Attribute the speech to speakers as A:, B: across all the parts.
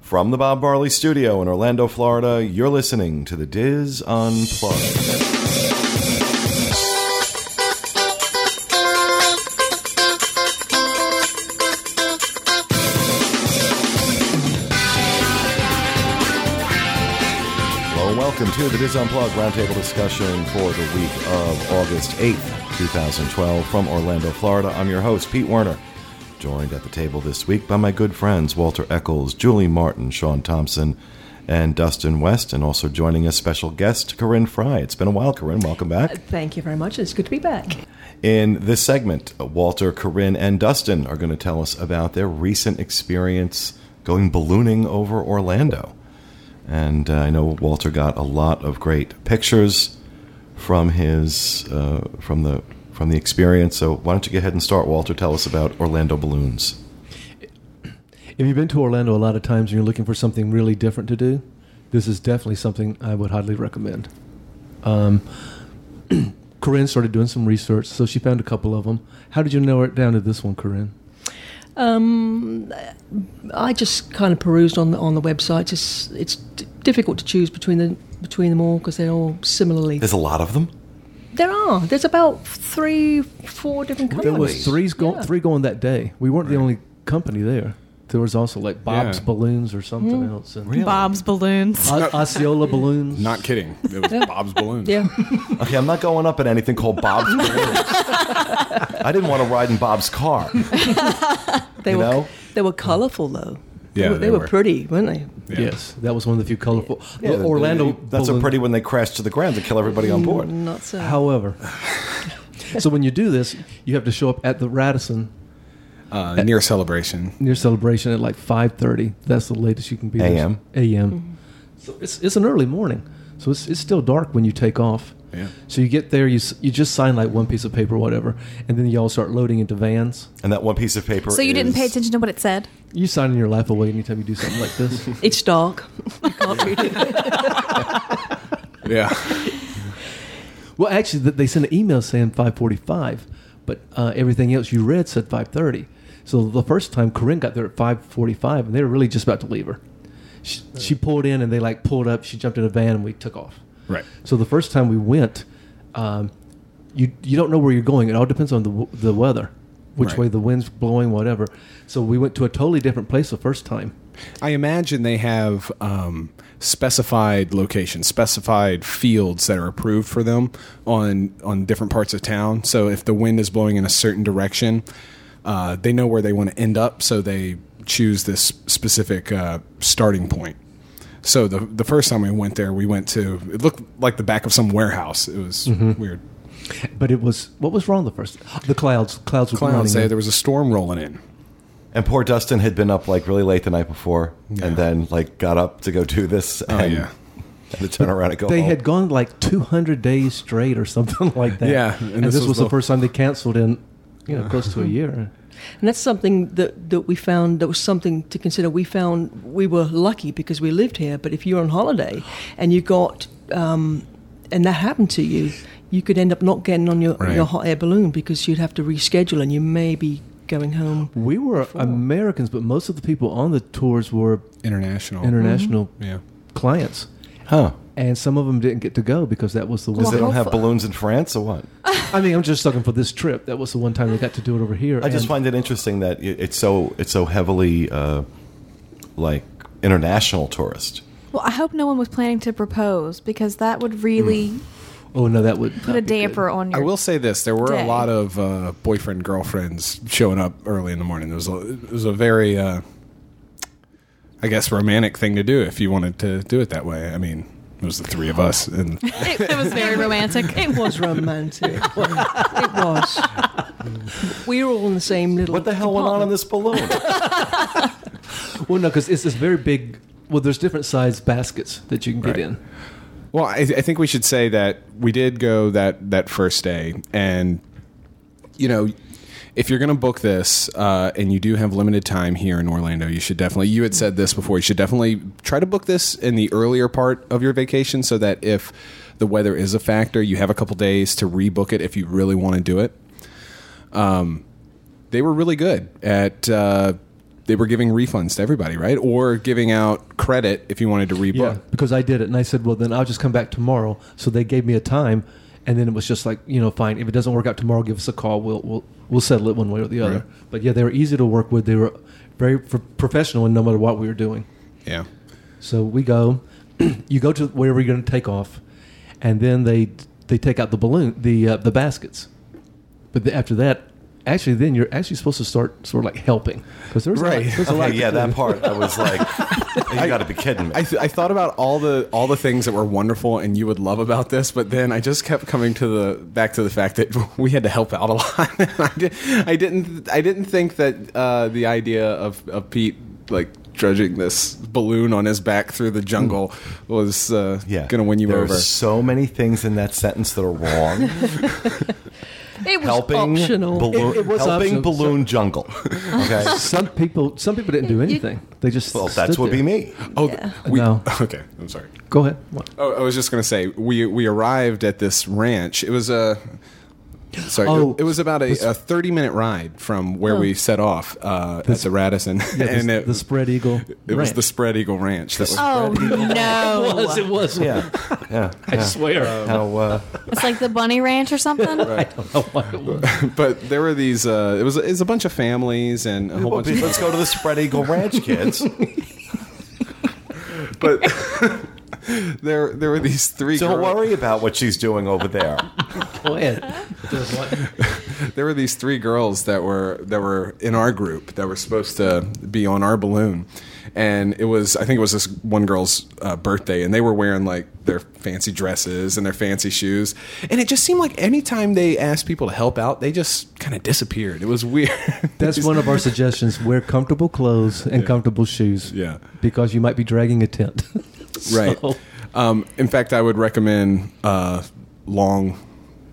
A: From the Bob Barley Studio in Orlando, Florida, you're listening to the Diz Unplugged. Hello and welcome to the Diz Unplugged roundtable discussion for the week of August 8th, 2012, from Orlando, Florida. I'm your host, Pete Werner, joined at the table this week by my good friends Walter Eccles, Julie Martin, Sean Thompson, and Dustin West, and also joining us special guest Corinne Fry. It's been a while, Corinne. Welcome back.
B: Thank you very much. It's good to be back.
A: In this segment, Walter, Corinne, and Dustin are going to tell us about their recent experience going ballooning over Orlando. And uh, I know Walter got a lot of great pictures from his uh, from the from the experience. So why don't you go ahead and start, Walter? Tell us about Orlando balloons.
C: If you've been to Orlando a lot of times and you're looking for something really different to do, this is definitely something I would highly recommend. Um, Corinne started doing some research, so she found a couple of them. How did you narrow it down to this one, Corinne?
B: Um, I just kind of perused on the, on the website. It's it's d- difficult to choose between the between them all because they're all similarly.
A: There's a lot of them.
B: There are. There's about three, four different companies.
C: There was three, go-
B: Yeah.
C: three going that day. We weren't the only company there. There was also like Bob's
D: Yeah.
C: Balloons or something else. And
E: Bob's balloons.
C: O- Osceola Balloons.
D: Not kidding. It was Bob's balloons.
B: Yeah.
A: Okay, I'm not going up in anything called Bob's balloons. I didn't want to ride in Bob's car.
B: They
A: You
B: were
A: know?
B: they were colourful though. they
D: Yeah,
B: were, they
D: they
B: were
D: were.
B: pretty, weren't they?
D: Yeah.
C: Yes, that was one of the few colorful.
A: Yeah,
C: Orlando.
A: That's a
C: balloon-
A: pretty when they crash to the ground to kill everybody on board.
B: Not so.
C: However, so when you do this, you have to show up at the Radisson
D: Uh, near celebration.
C: near celebration at like 5:30. That's the latest you can be there.
A: AM.
C: AM. So it's it's an early morning. So it's it's still dark when you take off.
D: Yeah.
C: So you get there, you s- you just sign like one piece of paper, or whatever, and then you all start loading into vans.
A: And that one piece of paper.
E: So you didn't pay
A: is-
E: attention to what it said?
C: You signing your life away anytime you do something like this.
B: It's dark. You can't read it.
D: Yeah.
C: well, actually, th- they sent an email saying 5:45, but uh, everything else you read said 5:30. So the first time Corinne got there at 5:45, and they were really just about to leave her. She, she pulled in, and they like pulled up. She jumped in a van, and we took off.
D: right.
C: So the first time we went, um, you you don't know where you're going. It all depends on the w- the weather, which
D: Right.
C: way the wind's blowing, whatever. So we went to a totally different place the first time.
D: I imagine they have um, specified locations, specified fields that are approved for them on on different parts of town. So if the wind is blowing in a certain direction, uh, they know where they want to end up, so they choose this specific uh, starting point. So the the first time we went there, we went to it looked like the back of some warehouse. It was weird.
C: But it was what was wrong the first the clouds clouds were
D: Clowns
C: running
D: say
C: in.
D: there was a storm rolling in.
A: And poor Dustin had been up like really late the night before,
D: Yeah.
A: and then like got up to go do this. And,
D: yeah.
A: and to turn around and go
C: Oh, they
A: home.
C: had gone like 200 days straight or something like that.
D: Yeah,
C: and,
D: and
C: this,
D: this
C: was,
D: was
C: the
D: the-
C: first time they canceled in you know close to a year.
B: And that's something that, that we found that was something to consider. We found we were lucky because we lived here, but if you were on holiday and you got, um, and that happened to you, you could end up not getting on your,
D: Right.
B: your hot air balloon because you'd have to reschedule and you may be going home.
C: We were Americans, but most of the people on the tours were
A: Mm-hmm.
D: International.
C: international
D: yeah.
C: clients.
A: huh?
C: And some of them didn't get to go because that was the one.
A: Because they don't have
E: hopeful-
A: balloons in France or what?
C: I mean, I'm just talking for this trip. That was the one time they got to do it over here.
A: I just
C: and-
A: find it interesting that it- it's so it's so heavily uh, like international tourist.
E: Well, I hope no one was planning to propose because that would really
C: Oh no, that would
E: put a damper on your.
D: I will say this: there were
E: day.
D: a lot of uh, boyfriend girlfriends showing up early in the morning. It was a, it was a very, uh, I guess, romantic thing to do if you wanted to do it that way. I mean, it was the three of us, and
E: It, it was very romantic.
B: It was romantic. it was. We were all in the same little.
A: What the hell went on in
B: department.
A: this balloon?
C: Well, no, because it's this very big. Well, there's different size baskets that you can get
D: Right.
C: in.
D: well, I, I think we should say that we did go that that first day, and you know. If you're going to book this uh, and you do have limited time here in Orlando, you should definitely, you had said this before, you should definitely try to book this in the earlier part of your vacation so that if the weather is a factor, you have a couple days to rebook it if you really Um, want to do it. they were really good at uh, they were giving refunds to everybody, right? Or giving out credit if you wanted to rebook.
C: Yeah, because I did it, and I said, "Well, then I'll just come back tomorrow." So they gave me a time, and then it was just like, you know, fine. If it doesn't work out tomorrow, give us a call. We'll we'll we'll settle it one way or the other.
D: Right.
C: But yeah, they were easy to work with. They were very pro- professional, and no matter what we were doing.
D: Yeah.
C: So we go, you go to wherever you're going to take off, and then they they take out the balloon, the uh, the baskets. But the, after that, actually, then you're actually supposed to start sort of like helping because there's a lot-
D: Right.
C: there's a lot
A: Okay,
C: to
A: yeah,
C: do.
A: that part I was like, you got to be kidding me.
D: I, th- I thought about all the all the things that were wonderful and you would love about this, but then I just kept coming to the back to the fact that we had to help out a lot. I, did, I didn't I didn't think that uh, the idea of, of Pete like dredging this balloon on his back through the jungle was uh,
A: Hmm. yeah,
D: going to win you
A: There are
D: over.
A: so many things in that sentence that are wrong.
B: It was
A: helping
B: optional.
A: balloon,
C: It- it was
A: helping
C: optional.
A: balloon jungle. Okay,
C: Some people, some people didn't do anything. They just
A: well,
C: stood
A: that's what
C: there.
A: be me.
D: oh, we,
C: No.
D: okay. I'm sorry.
C: Go ahead. What?
D: Oh, I was just going to say we we arrived at this ranch. It was a sorry.
C: Oh.
D: it was about a, a thirty minute ride from where we set off uh, at the Radisson,
C: Yeah,
D: and
C: the,
D: it,
C: the spread eagle.
D: it was
C: Ranch. Um,
D: the Spread Eagle Ranch. That was,
E: Oh no!
C: was. It was.
A: Yeah, yeah.
C: I swear.
A: How uh,
E: It's like the bunny ranch or something.
D: but there were these. Uh, it was it was a bunch of families and a whole
A: well,
D: bunch of
A: let's go to the Spread Eagle Ranch, kids.
D: but. There, there were these three.
A: Don't
D: girls-
A: worry about what she's doing over there.
C: Go ahead.
D: There were these three girls that were that were in our group that were supposed to be on our balloon, and it was I think it was this one girl's uh, birthday, and they were wearing like their fancy dresses and their fancy shoes, and it just seemed like anytime they asked people to help out, they just kind of disappeared. It was weird.
C: That's one of our suggestions. Wear comfortable clothes and comfortable shoes.
D: Yeah.
C: Because you might be dragging a tent.
D: right.
C: So-
D: Um, in fact, I would recommend uh, long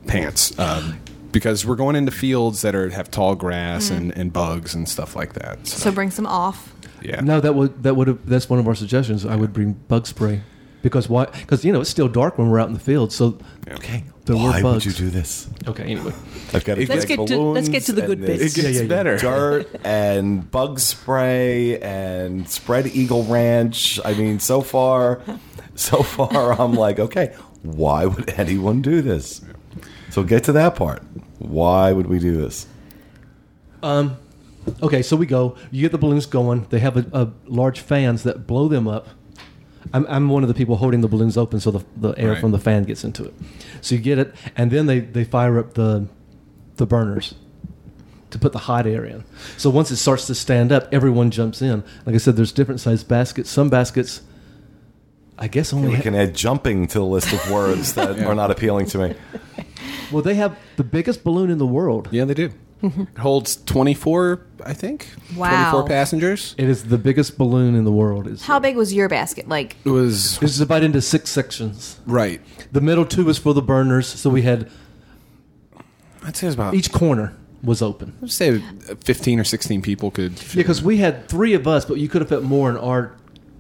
D: pants um, because we're going into fields that are have tall grass
C: Mm.
D: and, and bugs and stuff like that. So,
E: So bring some off.
D: yeah.
C: No, that would that would have that's one of our suggestions. I would bring bug spray because why? Because you know it's still dark when we're out in the field. So
A: Okay,
C: There were
A: why would
C: bugs.
A: you do this?
C: okay, anyway,
A: I've got to
B: Let's
A: collect
B: get to- let's get to the
A: balloons
B: good
A: and this
B: bits.
D: It gets
C: yeah, yeah.
D: better.
A: dirt and bug spray and spread eagle ranch i mean so far so far i'm like okay why would anyone do this so get to that part why would we do this
C: okay. So we go. You get the balloons going. They have a, a large fans that blow them up. I'm, I'm one of the people holding the balloons open so the, the air
D: Right.
C: from the fan gets into it. So you get it, and then they, they fire up the the burners to put the hot air in. So once it starts to stand up, everyone jumps in. Like I said, there's different sized baskets. Some baskets, I guess only
A: we
C: ha-
A: can add jumping to the list of words that are not appealing to me
C: Well, they have the biggest balloon in the world.
D: Yeah, they do. it holds 24, I think.
E: Mm-hmm. Wow.
D: 24 passengers.
C: It is the biggest balloon in the world. It's,
E: How big was your basket? Like
D: It was
C: This is divided into six sections.
D: right.
C: The middle two was for the burners, so we had
D: I'd say it was about
C: each corner was open.
D: I'd say 15 or 16 people could fit.
C: Yeah, because we had three of us, but you could have put more in our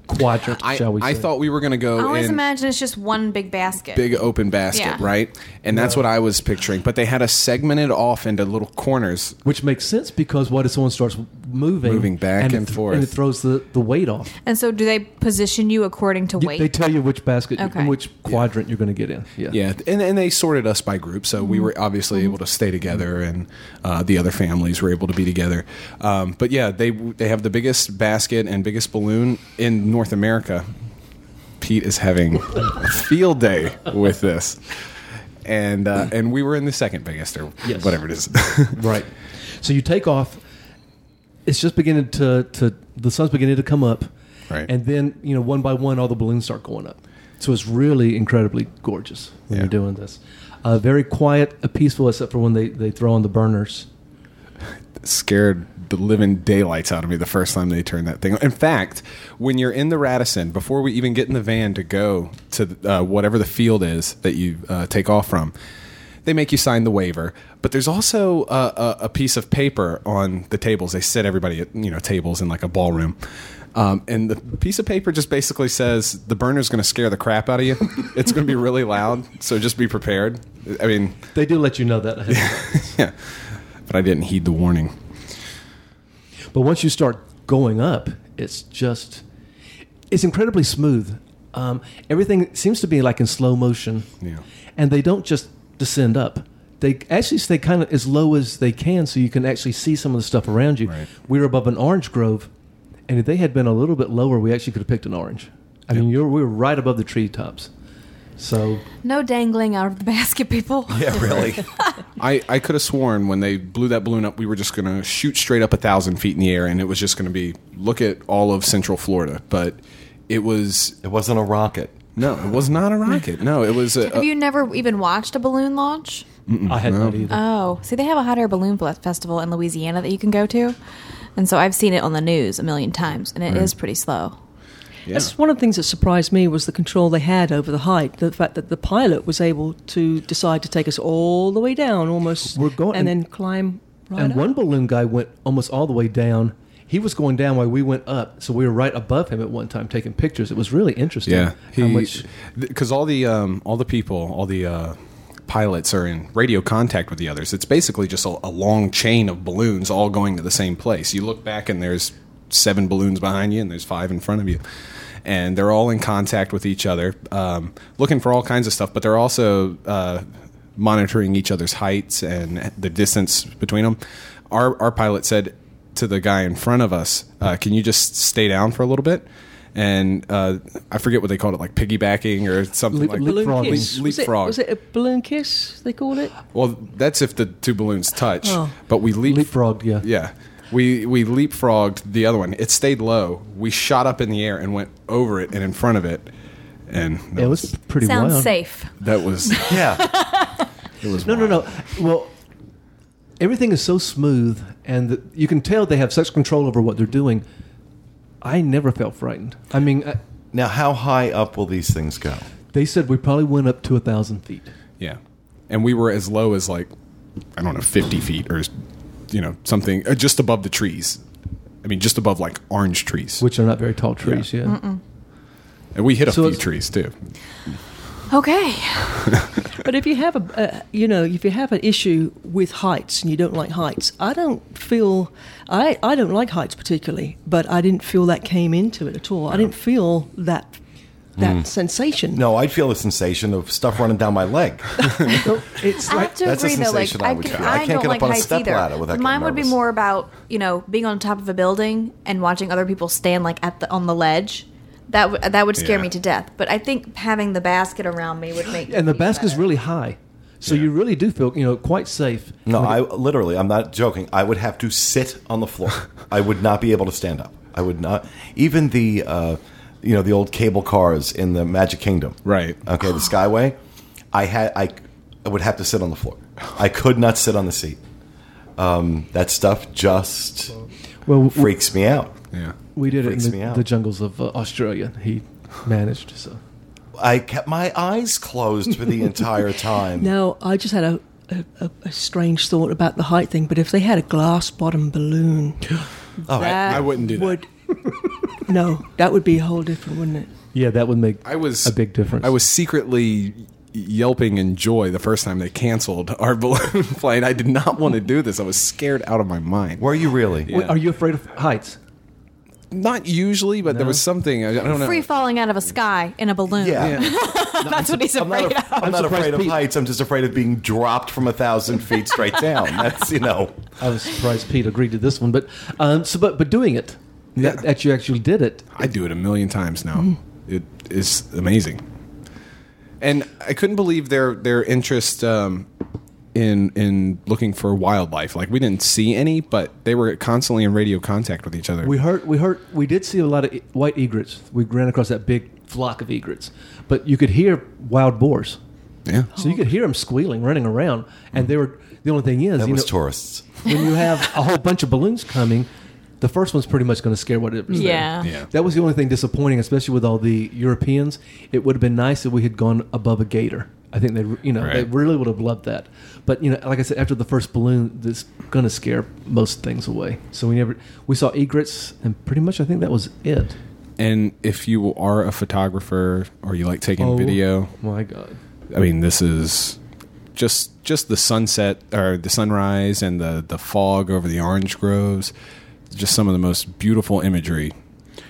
C: quadrant,
D: I,
C: shall we
D: I
C: say.
D: thought we were going to go
E: I
D: Oh,
E: always
D: in
E: imagine it's just one big basket.
D: big open basket,
E: Yeah.
D: right? And that's what I was picturing. But they had us segmented off into little corners.
C: Which makes sense because what if someone starts moving,
D: Moving back
C: it
D: and
C: th-
D: forth.
C: and it throws the, the weight off.
E: And so, do they position you according to
C: You-
E: weight?
C: They tell you which basket, you-
E: Okay.
C: which quadrant you're going to get in. Yeah, Mm-hmm.
D: Yeah, and and they sorted us by group, so we were obviously able to stay together, and uh, the other families were able to be together. Um, but yeah, they they have the biggest basket and biggest balloon in North America. Pete is having a field day with this, and uh, and we were in the second biggest or
C: Yes.
D: whatever it is.
C: Right. So you take off. It's just beginning to, to the sun's beginning to come up,
D: Right.
C: and then you know one by one all the balloons start going up. So it's really incredibly gorgeous when
D: Yeah.
C: you're doing this. Uh, very quiet, uh, peaceful, except for when they, they throw on the burners.
D: scared the living daylights out of me the first time they turned that thing. on. In fact, when you're in the Radisson, before we even get in the van to go to uh, whatever the field is that you uh, take off from, they make you sign the waiver. But there's also a, a, a piece of paper on the tables. They set everybody at you know tables in like a ballroom. Um, and the piece of paper just basically says the burner's going to scare the crap out of you. It's going to be really loud, so just be prepared. I mean,
C: They do let you know that. ahead of time.
D: yeah. But I didn't heed the warning.
C: but once you start going up, it's just it's incredibly smooth. Um, everything seems to be like in slow motion.
D: Yeah.
C: And they don't just descend up. They actually stay kind of as low as they can so you can actually see some of the stuff around you.
D: Right.
C: We were above an orange grove, and if they had been a little bit lower, we actually could have picked an orange. I mean, you're, we were right above the treetops. So
E: No dangling out of the basket, people.
A: Yeah, really.
D: I, I could have sworn when they blew that balloon up, we were just going to shoot straight up a thousand feet in the air, and it was just going to be look at all of Central Florida. But it was
A: it wasn't a rocket.
D: no, it was not a rocket. No, it was a,
E: Have you never even watched a balloon launch?
D: Mm-hmm.
C: I had not either.
E: Oh, see, they have a hot air balloon fle- festival in Louisiana that you can go to, and so I've seen it on the news a million times, and it is pretty slow.
D: yeah.
B: That's one of the things that surprised me was the control they had over the height. The fact that the pilot was able to decide to take us all the way down, almost,
C: We're going-
B: and then climb right
C: and
B: up.
C: one balloon guy went almost all the way down. He was going down while we went up, so we were right above him at one time taking pictures. It was really interesting.
D: Yeah,
C: how much
D: because all the um, all the people, all the uh, pilots are in radio contact with the others. It's basically just a, a long chain of balloons all going to the same place. You look back and there's seven balloons behind you, and there's five in front of you, and they're all in contact with each other, um, looking for all kinds of stuff. But they're also uh, monitoring each other's heights and the distance between them. Our our pilot said to the guy in front of us, uh, "Can you just stay down for a little bit?" And uh, I forget what they called it, like piggybacking or something
C: Leap-
D: like
C: leap-
B: balloon
C: leapfrogging.
B: kiss.
D: Leap-
B: was, it,
D: leapfrog.
B: was it a balloon kiss? They called it.
D: Well, that's if the two balloons touch.
B: Oh.
D: But we leap,
C: leapfrogged. Yeah.
D: Yeah, we we leapfrogged the other one. It stayed low. We shot up in the air and went over it and in front of it, and that
C: it was pretty
E: Sounds
C: wild.
E: safe.
D: that was
A: Yeah.
D: it was
C: No, no,
D: wild.
C: no. Well, everything is so smooth, and the, you can tell they have such control over what they're doing. I never felt frightened. I mean, I,
A: now, how high up will these things go?
C: they said we probably went up to a thousand feet.
D: Yeah, and we were as low as like I don't know, fifty feet or you know something, uh, just above the trees. I mean, just above like orange trees,
C: Which are not very tall trees, yeah.
D: and we hit a
C: So
D: few
C: it's-
D: trees too.
E: Okay.
B: But if you have a, uh, you know, if you have an issue with heights and you don't like heights, I don't feel, I, I don't like heights particularly, but I didn't feel that came into it at all. I didn't feel that that
D: Hmm.
B: sensation.
A: No, I'd feel the sensation of stuff running down my leg.
C: No, it's
E: I
C: like
E: have to
A: That's a
E: agree though. Like
A: sensation I
E: I,
A: would
E: could-
A: feel. I can't
E: don't
A: get up
E: like
A: on a
E: heights
A: step
E: either.
A: ladder without getting
E: Mine would be
A: nervous.
E: more about you know being on top of a building and watching other people stand like at the on the ledge. That would that would scare
D: Yeah.
E: me to death. But I think having the basket around me would make
C: and the
E: me
C: basket's
E: better.
C: really high, so you really do feel you know quite safe.
A: No, I literally, I'm not joking. I would have to sit on the floor. I would not be able to stand up. I would not. Even the, uh, you know, the old cable cars in the Magic Kingdom.
D: Right.
A: Okay, the Skyway. I had I, I would have to sit on the floor. I could not sit on the seat. Um, that stuff just
C: Well, we,
A: freaks me out.
D: Yeah,
C: we did it
A: freaks
C: in
A: me
C: the,
A: out.
C: the jungles of uh, Australia. He managed so.
A: I kept my eyes closed for the entire time.
B: No, I just had a, a, a- a strange thought about the height thing. But if they had a glass bottom balloon,
A: Oh,
B: that
D: I wouldn't do that.
B: Would, no, that would be a whole different, wouldn't it?
C: Yeah, that would make
D: I was
C: a big difference.
D: I was secretly yelping in joy the first time they canceled our balloon flight. I did not want to do this. I was scared out of my mind.
A: were you really?
D: Yeah.
C: Are you afraid of heights?
D: Not usually, but there was something I, I don't know.
E: free falling out of a sky in a balloon.
A: Yeah.
E: that's what he's
A: I'm not,
E: afraid
A: a-
E: of.
A: I'm not
C: surprised
A: afraid of
C: Pete-
A: heights. I'm just afraid of being dropped from a thousand feet straight down. That's you know.
C: I was surprised Pete agreed to this one, but um, so but but doing it that, that you actually did it.
D: I do it a million times
C: Mm.
D: now. It is amazing. And I couldn't believe their their interest um, in in looking for wildlife. Like we didn't see any, but they were constantly in radio contact with each other.
C: We heard we heard we did see a lot of e- white egrets. We ran across that big flock of egrets, but you could hear wild boars.
D: yeah.
C: So you could hear them squealing, running around, and they were. The only thing is,
A: That
C: you
A: was
C: know,
A: tourists.
C: when you have a whole bunch of balloons coming, the first one's pretty much going to scare whatever's
E: Yeah.
C: there.
D: Yeah.
C: That was the only thing disappointing, especially with all the Europeans. It would have been nice if we had gone above a gator. I think they, you know, they
D: Right.
C: really would have loved that. But you know, like I said, after the first balloon, that's going to scare most things away. So we never we saw egrets, and pretty much I think that was it.
D: And if you are a photographer or you like taking video,
C: Oh My God.
D: I mean, this is just just the sunset or the sunrise and the the fog over the orange groves. just some of the most beautiful imagery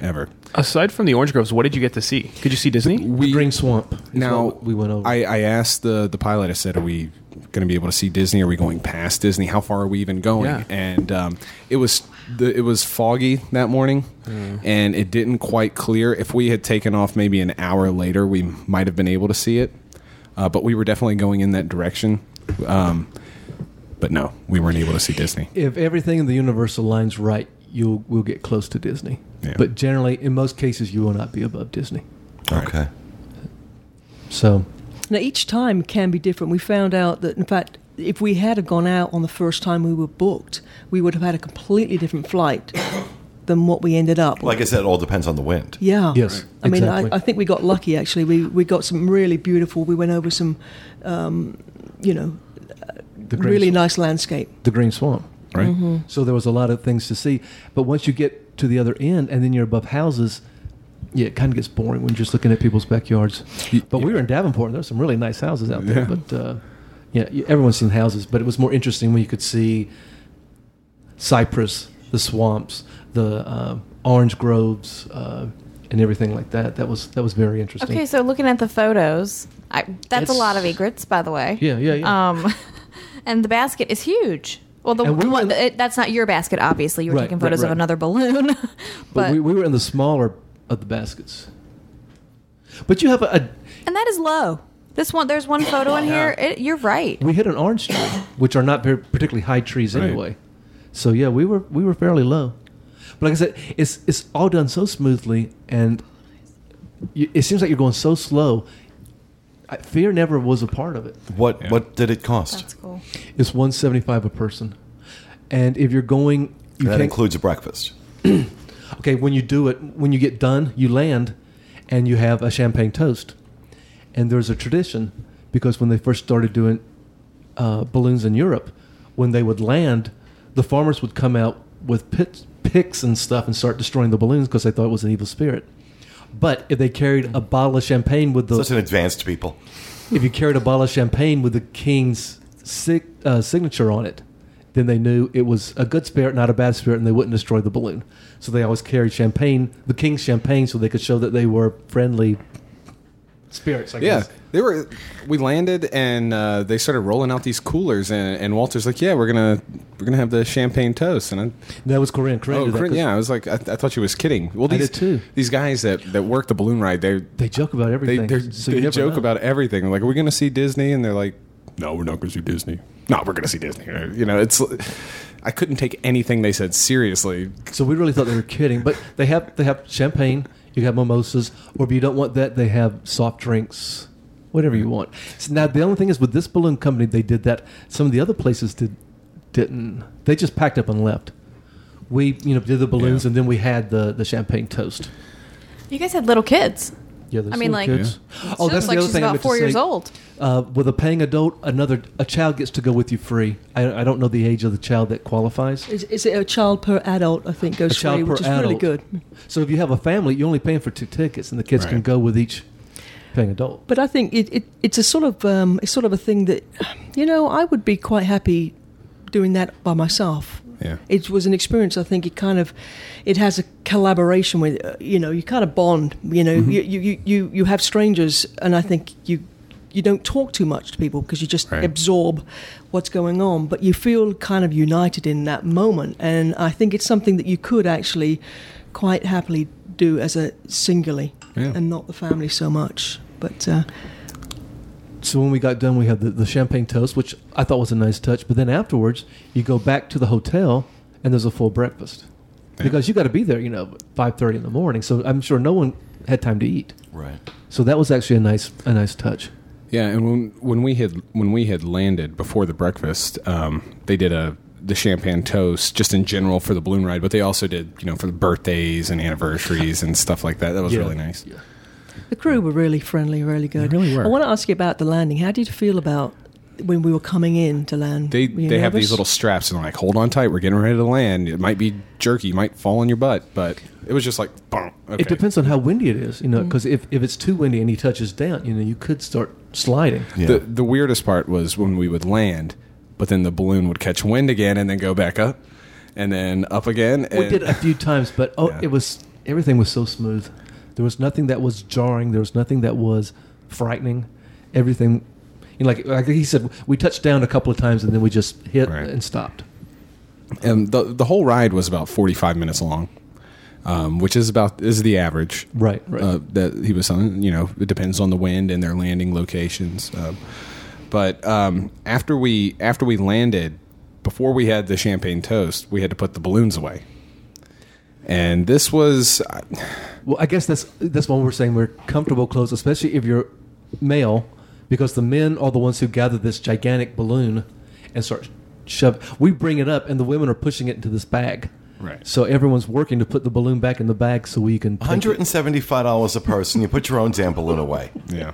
D: ever.
F: Aside from the orange groves, what did you get to see? Could you see Disney?
D: We
C: Green Swamp. is
D: now
C: what we went over.
D: I, I asked the the pilot. I said, "Are we going to be able to see Disney? Are we going past Disney? How far are we even going?"
F: Yeah.
D: And um, it was the, it was foggy that morning,
C: Mm.
D: and it didn't quite clear. If we had taken off maybe an hour later, we might have been able to see it. Uh, but we were definitely going in that direction. Um, but no, we weren't able to see Disney.
C: if everything in the universe aligns right, you'll we'll get close to Disney.
D: Yeah.
C: But generally, in most cases, you will not be above Disney.
A: Okay.
C: So
B: Now, each time can be different. We found out that, in fact, if we had have gone out on the first time we were booked, we would have had a completely different flight than what we ended up.
A: Like I said, it all depends on the wind.
B: yeah.
C: Yes,
B: I mean,
C: exactly.
B: I, I think we got lucky. Actually, we we got some really beautiful. We went over some, um, you know,
C: the green
B: really
C: Swamp-
B: nice landscape.
C: the green swamp.
D: Right?
C: So there was a lot of things to see. But once you get to the other end, and then you're above houses. Yeah, it kind of gets boring when you're just looking at people's backyards. But we were in Davenport, and there's some really nice houses out there.
D: Yeah.
C: But uh, yeah, you- everyone's seen houses, but it was more interesting when you could see cypress, the swamps, the uh, orange groves, uh, and everything like that. That was that was very interesting.
E: Okay, so looking at the photos, I, that's a
C: It's-
E: lot of egrets, by the way.
C: Yeah, yeah, yeah.
E: Um, and the basket is huge. Well, the,
C: And we were in-
E: it- that's not your basket, obviously. You were
C: Right,
E: taking
C: right,
E: photos
C: right.
E: of another balloon, but,
C: but we, we were in the smaller of the baskets. But you have a, a
E: and that is low. This one, there's one photo in here. It, you're right.
C: we hit an orange tree, which are not very particularly high trees
D: Right.
C: anyway. So yeah, we were we were fairly low. But like I said, it's it's all done so smoothly, and you, it seems like you're going so slow. I, fear never was a part of it.
A: What what did it
E: That's
A: cost?
E: cool.
C: It's one seventy five a person, and if you're going, you
A: That
C: can't-
A: includes a breakfast.
C: okay, when you do it, when you get done, you land and you have a champagne toast. And there's a tradition because when they first started doing uh, balloons in Europe, when they would land, the farmers would come out with pit, picks and stuff and start destroying the balloons because they thought it was an evil spirit. But if they carried a bottle of champagne with the
A: Such an advanced people.
C: if you carried a bottle of champagne with the king's sig- uh, signature on it, then they knew it was a good spirit, not a bad spirit, and they wouldn't destroy the balloon. So they always carried champagne, the king's champagne, so they could show that they were friendly spirits. I
D: Yeah,
C: guess.
D: they were. We landed and uh, they started rolling out these coolers, and, and Walter's like, "Yeah, we're gonna we're gonna have the champagne toast." And I,
C: that was Korean. Korean
D: Oh,
C: did that
D: Corinne-
C: 'cause
D: yeah. I was like, I, I thought you was kidding. Well,
C: I
D: these
C: did too.
D: These guys that that work the balloon ride, they
C: They joke about
D: they
C: everything.
D: they're,
C: so you
D: they
C: never
D: joke
C: know.
D: about everything. Like, are we going to see Disney? And they're like, No, we're not going to see Disney. No, we're going to see Disney. You know, it's. I couldn't take anything they said seriously.
C: So we really thought they were kidding, but they have they have champagne. You have mimosas, or if you don't want that, they have soft drinks, whatever you want. So now the only thing is with this balloon company, they did that. Some of the other places did didn't. They just packed up and left. We you know did the balloons
D: Yeah.
C: and then we had the the champagne toast.
E: You guys had little kids.
C: Yeah, those
E: I mean,
C: little
E: like-
C: kids. oh,
E: Sounds
C: that's
E: like
C: the other
E: she's
C: thing I
E: about
C: meant to
E: four years
C: say.
E: old.
C: Uh, with a paying adult, another a child gets to go with you free. I, I don't know the age of the child that qualifies.
B: Is, is it a child per adult? I think goes
C: a child
B: free,
C: per
B: which is
C: adult.
B: really good.
C: So if you have a family, you're only paying for two tickets, and the kids can
D: Right.
C: go with each paying adult.
B: But I think it, it, it's a sort of um, it's sort of a thing that, you know, I would be quite happy doing that by myself.
D: Yeah.
B: It was an experience. I think it kind of, it has a collaboration with, uh, you know, you kind of bond. You
D: Mm-hmm.
B: know, you you, you, you you have strangers, and I think you you don't talk too much to people because you just
D: Right.
B: absorb what's going on. But you feel kind of united in that moment, and I think it's something that you could actually quite happily do as a singly
D: Yeah.
B: and not the family so much. But uh,
C: So when we got done, we had the, the champagne toast, which I thought was a nice touch. But then afterwards, you go back to the hotel, and there's a full breakfast because you got to be there, you know, five thirty in the morning. So I'm sure no one had time to eat.
A: Right.
C: So that was actually a nice a nice touch.
D: Yeah, and when when we had when we had landed before the breakfast, um, they did a the champagne toast just in general for the balloon ride, but they also did you know for the birthdays and anniversaries and stuff like that. That was
C: Yeah.
D: really nice.
B: The crew were really friendly, really good.
D: They really were.
B: I want to ask you about the landing. How did you feel about when we were coming in to land?
D: They
B: Were you
D: they have these
B: nervous?
D: little straps and they're like hold on tight. We're getting ready to land. It might be jerky, you might fall on your butt, but it was just like boom. Okay.
C: It depends on how windy it is, you
B: Mm.
C: know, because if, if it's too windy and he touches down, you know, you could start sliding.
A: Yeah.
D: The the weirdest part was when we would land, but then the balloon would catch wind again and then go back up. and then up again.
C: We
D: And
C: did it a few times, but oh,
D: Yeah.
C: it was everything was so smooth. There was nothing that was jarring. There was nothing that was frightening. Everything, you know, like like he said, we touched down a couple of times and then we just hit
D: Right.
C: and stopped.
D: and the the whole ride was about forty five minutes long, um, which is about is the average.
C: Right, right.
D: Uh, that he was on. You know, it depends on the wind and their landing locations. Um, but um, after we after we landed, before we had the champagne toast, we had to put the balloons away. And this was
C: Well, I guess that's that's why we're saying we're comfortable clothes, especially if you're male, because the men are the ones who gather this gigantic balloon and start shove. We bring it up, and the women are pushing it into this bag.
D: Right.
C: So everyone's working to put the balloon back in the bag so we can. take it.
A: $175 a person. You put your own damn balloon away.
D: yeah.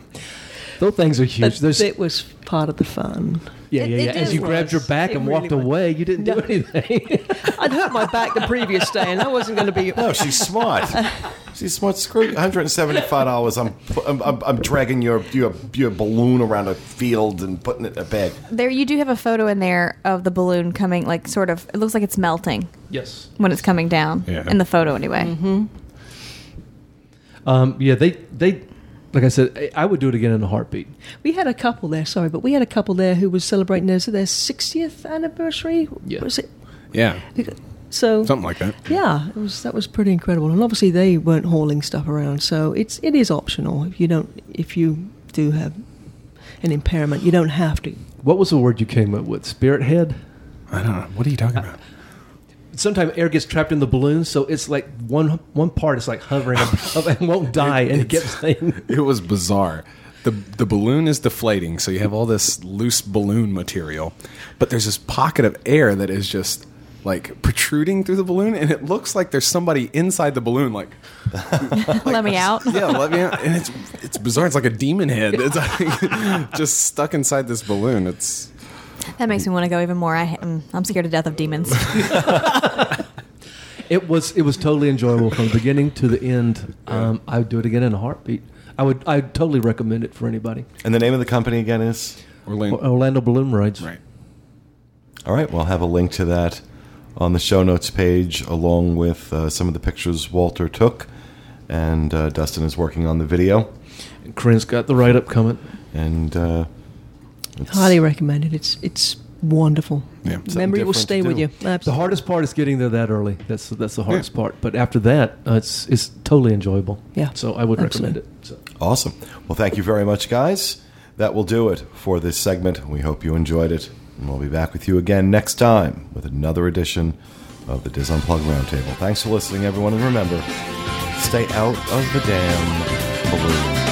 C: Those things are
B: But
C: huge. There's,
B: it was part of the fun.
C: yeah,
B: It-
C: yeah,
B: it
C: yeah. As
B: is
C: you grabbed your
B: worse.
C: back
B: It
C: and
B: really
C: walked
B: was.
C: away, you didn't do
B: No.
C: anything.
B: I'd hurt my back the previous day, and I wasn't going to be.
A: No, she's smart. She's smart. Screw you. $175. I'm, I'm, I'm, I'm dragging your, your, your balloon around a field and putting it in a bag.
E: There, you do have a photo in there of the balloon coming, like sort of. It looks like it's melting
C: yes. Mm-hmm.
E: when it's coming down.
D: Yeah.
E: In the photo, anyway.
C: Um, yeah, they they. Like I said, I- I would do it again in a heartbeat.
B: We had a couple there. Sorry, but we had a couple there who was celebrating their, their 60th anniversary.
C: Yeah.
B: Was it?
D: Yeah.
B: So
D: Something like that.
B: Yeah, it was that was pretty incredible, and obviously they weren't hauling stuff around, so it's it is optional if you don't if you do have an impairment, you don't have to.
C: What was the word you came up with? Spirit head.
D: I don't know. What are you talking about?
C: sometimes air gets trapped in the balloon, so it's like one one part is like hovering above and won't die, and it kept saying,
D: It was bizarre. The, the balloon is deflating, so you have all this loose balloon material, but there's this pocket of air that is just like protruding through the balloon, and it looks like there's somebody inside the balloon, like
E: Let me out.
D: yeah, let me out. And it's it's bizarre. It's like a demon head that's like just stuck inside this balloon. It's
E: That makes me want to go even more. I, I'm, I'm scared to death of demons.
C: "It was it was totally enjoyable from the beginning to the end." Um, I would do it again in a heartbeat. I would I would totally recommend it for anybody.
A: And the name of the company again is?
D: Orlando,
C: Orlando balloon rides.
D: right?
A: All right, we'll have a link to that on the show notes page, along with uh, some of the pictures Walter took, and uh, Dustin is working on the video.
C: And Corinne's got the write up coming.
A: And uh, it's,
B: Highly recommended. It's it's wonderful.
D: Yeah, something
B: memory will
A: different
B: stay
A: to
B: with
A: do.
B: you.
C: The
B: Absolutely.
C: hardest part is getting there that early. That's that's the hardest part. But after that, uh, it's it's totally enjoyable.
B: Yeah.
C: So I would
B: Absolutely.
C: recommend it. So.
A: awesome. Well, thank you very much, guys. That will do it for this segment. We hope you enjoyed it, and we'll be back with you again next time with another edition of the Diz Unplugged Roundtable. Thanks for listening, everyone, and remember, stay out of the damn balloon.